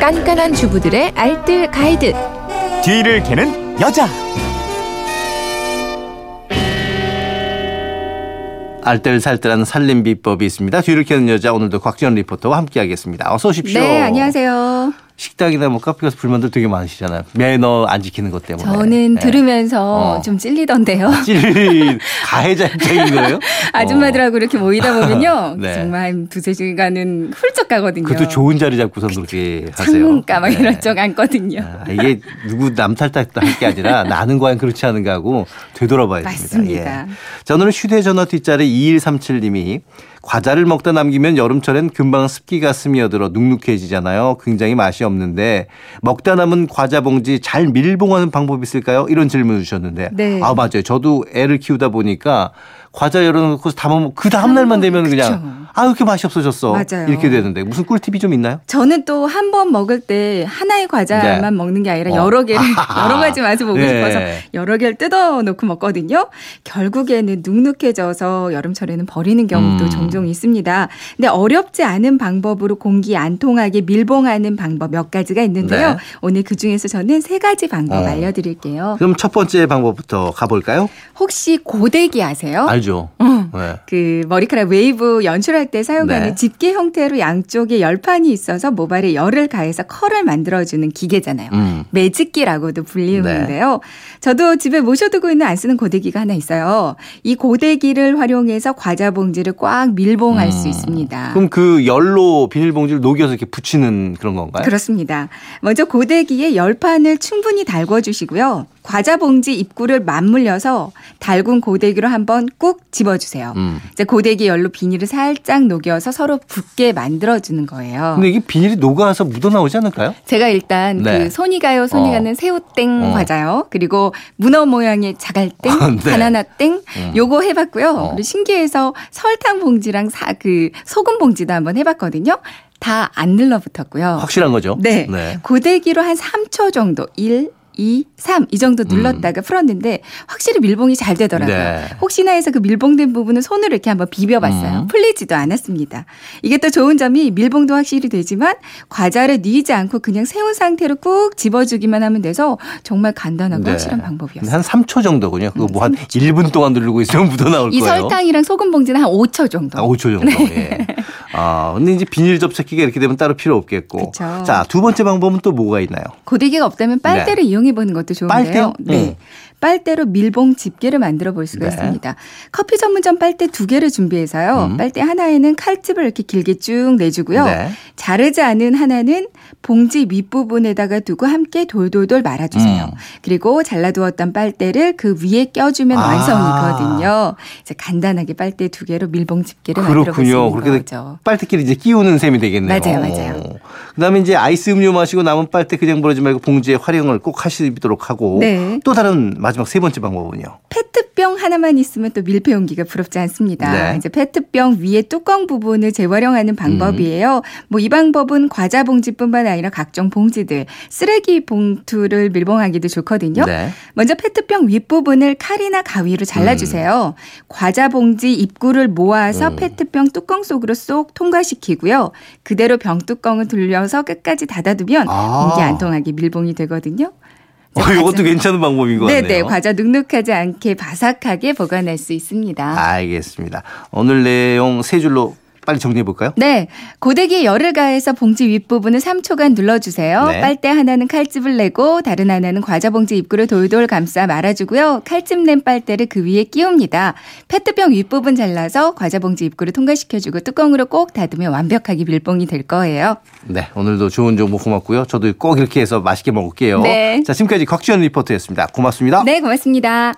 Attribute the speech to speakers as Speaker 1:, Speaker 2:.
Speaker 1: 깐깐한 주부들의 알뜰 가이드.
Speaker 2: 뒤를 캐는 여자.
Speaker 3: 알뜰살뜰한 살림 비법이 있습니다. 뒤를 캐는 여자 오늘도 곽지연 리포터와 함께하겠습니다. 어서 오십시오.
Speaker 4: 네, 안녕하세요.
Speaker 3: 식당이나 뭐 카페 가서 불만들 되게 많으시잖아요. 매너 안 지키는 것 때문에.
Speaker 4: 저는
Speaker 3: 네.
Speaker 4: 들으면서
Speaker 3: 어.
Speaker 4: 좀 찔리던데요.
Speaker 3: 찔린 가해자 입장인 거예요? 어,
Speaker 4: 아줌마들하고 이렇게 모이다 보면요.
Speaker 3: 네.
Speaker 4: 정말 한 두세 시간은 훌쩍 가거든요.
Speaker 3: 그것도 좋은 자리 잡고서 그렇게 하세요.
Speaker 4: 창문가 막
Speaker 3: 네.
Speaker 4: 이런 쪽 앉거든요.
Speaker 3: 아, 이게 누구 남 탓했다 할 게 아니라 나는 과연 그렇지 않은가 하고 되돌아봐야 됩니다.
Speaker 4: 맞습니다.
Speaker 3: 예. 자, 오늘은 휴대전화 뒷자리 2137님이 과자를 먹다 남기면 여름철엔 금방 습기가 스며들어 눅눅해지잖아요. 굉장히 맛이 없는데 먹다 남은 과자 봉지 잘 밀봉하는 방법이 있을까요? 이런 질문을 주셨는데
Speaker 4: 네.
Speaker 3: 아 맞아요. 저도 애를 키우다 보니까 과자 열어놓고 다 먹으면 그 다음날만 되면 그냥 아 이렇게 맛이 없어졌어
Speaker 4: 맞아요.
Speaker 3: 이렇게 되는데 무슨 꿀팁이 좀 있나요?
Speaker 4: 저는 또 한 번 먹을 때 하나의 과자만
Speaker 3: 네.
Speaker 4: 먹는 게 아니라
Speaker 3: 어.
Speaker 4: 여러 개를
Speaker 3: 아하.
Speaker 4: 여러 가지 맛을 보고
Speaker 3: 네.
Speaker 4: 싶어서 여러 개를 뜯어 놓고 먹거든요. 결국에는 눅눅해져서 여름철에는 버리는 경우도
Speaker 3: 음.
Speaker 4: 종종 있습니다. 근데 어렵지 않은 방법으로 공기 안 통하게 밀봉하는 방법 몇 가지가 있는데요.
Speaker 3: 네.
Speaker 4: 오늘 그 중에서 저는 세 가지 방법
Speaker 3: 어.
Speaker 4: 알려드릴게요.
Speaker 3: 그럼 첫 번째 방법부터 가볼까요?
Speaker 4: 혹시 고데기 아세요?
Speaker 3: 알죠.
Speaker 4: 응.
Speaker 3: 네.
Speaker 4: 그 머리카락 웨이브 연출할 때 사용하는
Speaker 3: 네.
Speaker 4: 집게 형태로 양쪽에 열판이 있어서 모발에 열을 가해서 컬을 만들어주는 기계잖아요.
Speaker 3: 음. 네.
Speaker 4: 매직기라고도 불리는데요. 저도 집에 모셔두고 있는 안 쓰는 고데기가 하나 있어요. 이 고데기를 활용해서 과자 봉지를 꽉 밀봉할 수
Speaker 3: 음.
Speaker 4: 있습니다.
Speaker 3: 그럼 그 열로 비닐봉지를 녹여서 이렇게 붙이는 그런 건가요?
Speaker 4: 그렇죠. 그렇습니다. 먼저 고데기에 열판을 충분히 달궈주시고요. 과자 봉지 입구를 맞물려서 달군 고데기로 한번 꾹 집어주세요.
Speaker 3: 음.
Speaker 4: 이제 고데기 열로 비닐을 살짝 녹여서 서로 붙게 만들어주는 거예요.
Speaker 3: 근데 이게 비닐이 녹아서 묻어나오지 않을까요?
Speaker 4: 제가 일단
Speaker 3: 네.
Speaker 4: 그 손이 가요,
Speaker 3: 어.
Speaker 4: 손이 가는 새우땡
Speaker 3: 어.
Speaker 4: 과자요. 그리고 문어 모양의 자갈땡,
Speaker 3: 네.
Speaker 4: 바나나땡
Speaker 3: 음.
Speaker 4: 요거 해봤고요.
Speaker 3: 어.
Speaker 4: 그리고 신기해서 설탕 봉지랑 사, 그 소금 봉지도 한번 해봤거든요. 다 안 눌러붙었고요.
Speaker 3: 확실한 거죠?
Speaker 4: 네. 고데기로 한 3초 정도 1, 2, 3 이 정도 눌렀다가 풀었는데 확실히 밀봉이 잘 되더라고요.
Speaker 3: 음. 네.
Speaker 4: 혹시나 해서 그 밀봉된 부분은 손으로 이렇게 한번 비벼봤어요.
Speaker 3: 음.
Speaker 4: 풀리지도 않았습니다. 이게 또 좋은 점이 밀봉도 확실히 되지만 과자를 뉘지 않고 그냥 세운 상태로 꾹 집어주기만 하면 돼서 정말 간단하고
Speaker 3: 네.
Speaker 4: 확실한
Speaker 3: 근데
Speaker 4: 방법이었어요. 음,
Speaker 3: 한 3초 정도군요. 그거 뭐 한 1분 동안 누르고 있으면 묻어나올
Speaker 4: 이
Speaker 3: 거예요.
Speaker 4: 설탕이랑 네. 소금 봉지는 한 5초 정도.
Speaker 3: 아, 5초 정도. 예. 아, 근데 이제 비닐 접착기가 이렇게 되면 따로 필요 없겠고.
Speaker 4: 그쵸.
Speaker 3: 자, 두 번째 방법은 또 뭐가 있나요?
Speaker 4: 고데기가 없다면 빨대를 이용해 보는 것도 좋은데요.
Speaker 3: 네. 빨대요?
Speaker 4: 네.
Speaker 3: 음.
Speaker 4: 빨대로 밀봉 집게를 만들어 볼 수가
Speaker 3: 네.
Speaker 4: 있습니다. 커피 전문점 빨대 두 개를 준비해서요.
Speaker 3: 음.
Speaker 4: 빨대 하나에는 칼집을 이렇게 길게 쭉 내주고요.
Speaker 3: 네.
Speaker 4: 자르지 않은 하나는 봉지 윗부분에다가 두고 함께 돌돌돌 말아주세요.
Speaker 3: 음.
Speaker 4: 그리고 잘라두었던 빨대를 그 위에 껴주면
Speaker 3: 아.
Speaker 4: 완성이거든요. 이제 간단하게 빨대 두 개로 밀봉 집게를 만들어 볼 수
Speaker 3: 그렇군요.
Speaker 4: 있는
Speaker 3: 그렇게 돼-
Speaker 4: 거죠.
Speaker 3: 빨대끼리 이제 끼우는 셈이 되겠네요.
Speaker 4: 맞아요, 맞아요.
Speaker 3: 어. 그다음에 이제 아이스 음료 마시고 남은 빨대 그냥 버리지 말고 봉지에 활용을 꼭 하시도록 하고
Speaker 4: 네.
Speaker 3: 또 다른 마지막 세 번째 방법은요.
Speaker 4: 페트병 하나만 있으면 또 밀폐 용기가 부럽지 않습니다.
Speaker 3: 네.
Speaker 4: 이제 페트병 위에 뚜껑 부분을 재활용하는 방법이에요.
Speaker 3: 음.
Speaker 4: 뭐 이 방법은 과자 봉지뿐만 아니라 각종 봉지들, 쓰레기 봉투를 밀봉하기도 좋거든요.
Speaker 3: 네.
Speaker 4: 먼저 페트병 윗부분을 칼이나 가위로 잘라주세요. 과자 봉지 입구를 모아서
Speaker 3: 음.
Speaker 4: 페트병 뚜껑 속으로 쏙 통과시키고요. 그대로 병 뚜껑을 돌려서 끝까지 닫아두면
Speaker 3: 아.
Speaker 4: 공기 안 통하게 밀봉이 되거든요.
Speaker 3: 어, 이것도 괜찮은 방법인 것 같네요.
Speaker 4: 네네 과자 눅눅하지 않게 바삭하게 보관할 수 있습니다.
Speaker 3: 아. 알겠습니다. 오늘 내용 세 줄로 빨리 정리해 볼까요?
Speaker 4: 네, 고데기에 열을 가해서 봉지 윗부분을 3초간 눌러주세요.
Speaker 3: 네.
Speaker 4: 빨대 하나는 칼집을 내고 다른 하나는 과자 봉지 입구를 돌돌 감싸 말아주고요. 칼집 낸 빨대를 그 위에 끼웁니다. 페트병 윗부분 잘라서 과자 봉지 입구를 통과시켜주고 뚜껑으로 꼭 닫으면 완벽하게 밀봉이 될 거예요.
Speaker 3: 네. 오늘도 좋은 정보 고맙고요. 저도 꼭 이렇게 해서 맛있게 먹을게요.
Speaker 4: 네.
Speaker 3: 자, 지금까지 곽지연 리포터였습니다. 고맙습니다.
Speaker 4: 네, 고맙습니다.